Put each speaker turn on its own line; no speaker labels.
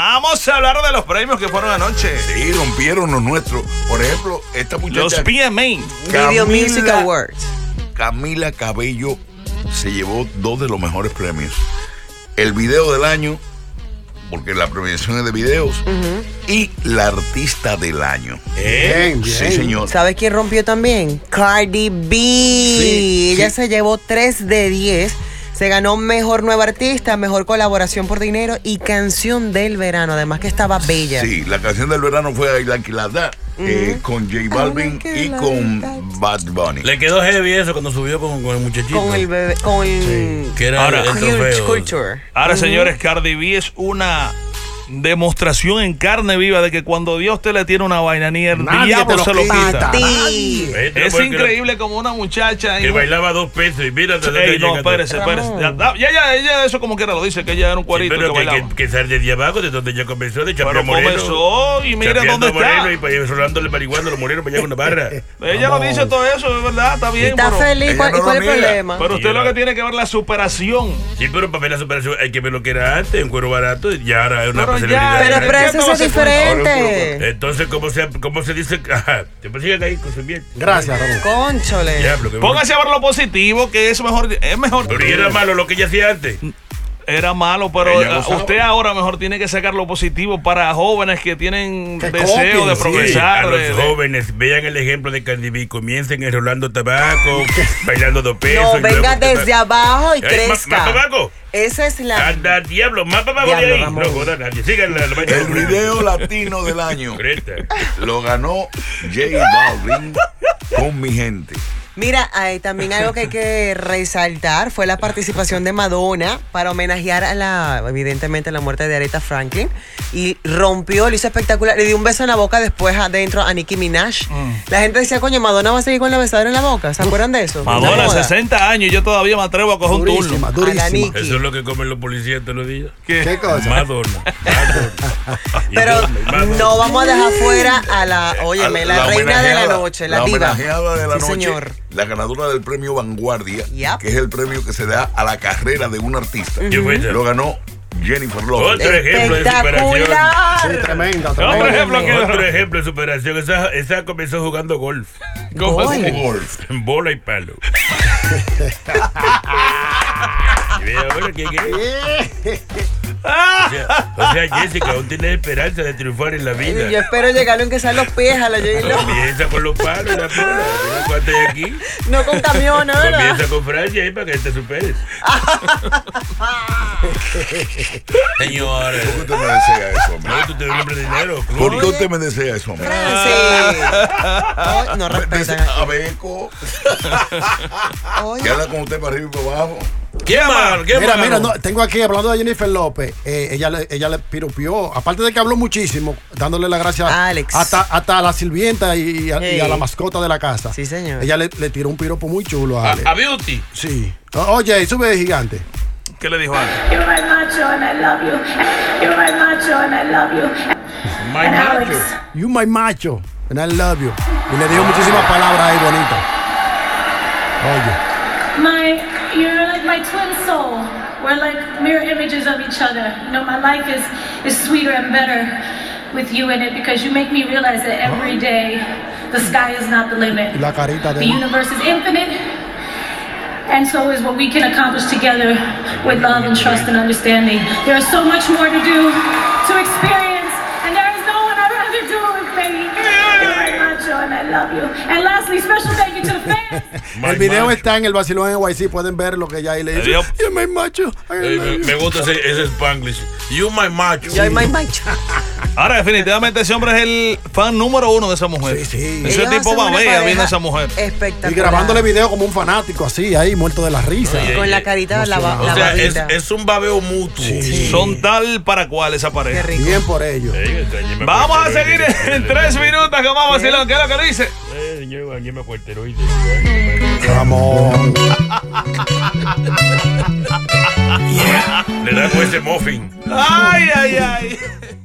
Vamos a hablar de los premios que fueron anoche.
Sí, rompieron los nuestros. Por ejemplo, esta
Los
muchacha.
PMA.
Camila-
Video Music Awards.
Camila Cabello se llevó dos de los mejores premios. El video del año, porque la premiación es de videos, y la artista del año.
Bien, bien.
Sí, señor.
¿Sabes quién rompió también? Cardi B.
Sí,
Ella
sí.
se llevó 3 de 10. Se ganó mejor nueva artista, mejor colaboración por dinero y canción del verano. Además que estaba bella.
Sí, la canción del verano fue I Like It Like That, eh, con J Balvin
Like It
y
Like
con
That.
Bad Bunny.
Le quedó heavy eso cuando subió con, con el muchachito.
Con el bebé, con el
que era
Ahora,
el
Huge
trofeo. Ah,
Culture.
Ahora, señores, Cardi B es una demostración en carne viva de que cuando Dios te le tiene una vaina, ni el
Nadie
diablo
te lo
se lo quita.
quita.
Sí.
Vete,
Es
porque
increíble como una muchacha.
era-
en
Que
un-
bailaba dos pesos y mira, te
Ey, no, espérese, espérese.
Ramón.
Ya, ya, ya, ella eso como quiera lo dice, que ella era un cuarito
pero
que
que,
bailaba.
que, que sal desde abajo, de donde ya comenzó, de Chapeau
Pero
Moreno.
comenzó y mira
Chapeando
dónde está.
Moreno y pa- y rolándole marihuana a los morenos para allá con una barra.
Ella no dice todo eso, es verdad, está bien.
Está
pero,
feliz.
ella
¿Cuál,
no
y cuál
lo
es el
niega.
problema?
pero usted
Sí,
lo que
era.
tiene que ver es la superación.
Sí, pero para ver la superación hay que ver lo que era antes, un cuero barato, y ahora es una
Pero ya,
celebridad.
Pero,
¿Qué
pero eso es
cosa fue?
diferente.
Entonces, ¿cómo se, cómo se dice? Ajá, te persiguen ahí consumiendo.
Gracias,
Eh,
Ramón.
Cónchole.
Diablo, que
Póngase a ver lo positivo, que es mejor. Es mejor.
Pero y era malo lo que ella hacía antes.
Era malo, pero
Ella
ah,
gozaba.
usted ahora mejor tiene que sacar lo positivo para jóvenes que tienen
Que
deseo
copien,
de
sí.
progresar.
a
eh,
de-
los
de-
jóvenes, vean el ejemplo de Cardi B, comiencen enrolando tabaco, bailando dos pesos.
No,
y luego
venga
te va-
desde abajo y
Ay, ma-
crezca.
eh, más abajo.
Esa es la.
Anda, diablo, más para abajo
Diablo,
de ahí.
Ramón.
No joda a nadie, síganla. lo vaya a
El
comprar.
video latino del año
Creta.
lo ganó J Balvin con mi gente.
Mira, hay también algo que hay que resaltar fue la participación de Madonna para homenajear a la, evidentemente, la muerte de Aretha Franklin. Y rompió, lo hizo espectacular. Le dio un beso en la boca después adentro a Nicki Minaj. La gente decía, coño, Madonna va a seguir con la besadera en la boca. ¿Se acuerdan de eso? De
Madonna,
moda.
60 años, y yo todavía me atrevo a coger un turno.
Durísima,
A la
durísima.
Nicki.
Eso es lo que comen los policías todos los días.
¿Qué cosa?
Madonna. Madonna. Y
Pero
Madonna.
no vamos a dejar fuera a la, óyeme, la, reina de la
homenajeada-
noche, la, diva.
homenajeada de la
Sí,
noche,
señor.
la ganadora del premio Vanguardia,
Yep.
que es el premio que se da a la carrera de un artista.
Yo fui esa.
Lo ganó Jennifer Lopez.
Eh,
Otro ejemplo de superación.
Sí,
Espectacular.
tremenda,
Otro
tremenda.
ejemplo que-
Otro ejemplo de superación. Esa, esa comenzó jugando golf.
Gol.
Golf.
En bola y palo. Y ve ahora quién es. O sea, o sea, Jessica, aún tienes esperanza de triunfar en la
Ay, Yo
vida.
espero llegarle aunque sean los pies a la J-Lo.
Comienza con los palos y la bola. Mira cuánto hay aquí.
No con camión, ¿no? ¿verdad?
Comienza con Francia ahí para que te superes. Señores,
¿Por qué usted me desea eso, hombre?
eh, no, tú te un hombre de dinero,
¿Por
Cluny.
qué usted me desea eso, hombre?
Francis. Ay, no respetan.
Des- Abeco,
Oye,
que anda con usted para arriba y para abajo.
¿Quién más? ¿Quién
Mira,
más?
mira, no, tengo aquí hablando de Jennifer López. eh, ella, le, ella le piropió, aparte de que habló muchísimo, dándole las gracias
Alex.
Hasta, hasta a la sirvienta y, y a, y a
Ey.
la mascota de la casa.
Sí, señor.
Ella le, le tiró un piropo muy chulo
Ah,
a Alex.
A, a Beauty,
sí. O- Oye, sube gigante.
¿qué le dijo antes?
You're my macho and I love you. You're my macho and I love you.
My
And
macho.
Alex,
You my macho, and I love you. Y le dijo muchísimas palabras ahí bonitas. Oye,
my, you're like my twin soul. We're like mirror images of each other. You know, my life is is sweeter and better with you in it because you make me realize that every day the sky is not the limit.
y la carita de
The universe is infinite, and so is what we can accomplish together with love and trust and understanding. There is so much more to do, to experience, and there is no one I'd rather do it with me. You're my macho, and I love you. And lastly, special thank you to the fans.
My
El video
macho.
está en el vacilón en YC, pueden ver lo que ella ahí le dice.
Adiós.
You my macho. I
Eh,
love
me,
you.
me gusta ese, ese Spanglish. You my macho.
Yo y my macho.
Ahora, definitivamente ese hombre es el fan número uno de esa mujer.
Sí, sí.
Ese
Ellos
tipo
hacen una
babea
pareja
viendo a esa mujer.
Espectacular.
Y grabándole video como un fanático así, ahí muerto de la risa.
Oye,
Con la carita, la, ba-
O
la
sea, es,
babita.
es un babeo mutuo.
Son tal para cual esa
Qué
pareja.
rico.
Bien por ello.
Eh, alguien me
Vamos a
acuerdo,
seguir
eh,
en
eh,
tres minutos con más vacilón. ¿Qué es lo que dice?
eh, yo- alguien me acuerdo, oíste. Le
Ramón.
da con ese muffin.
Ay, ay, ay.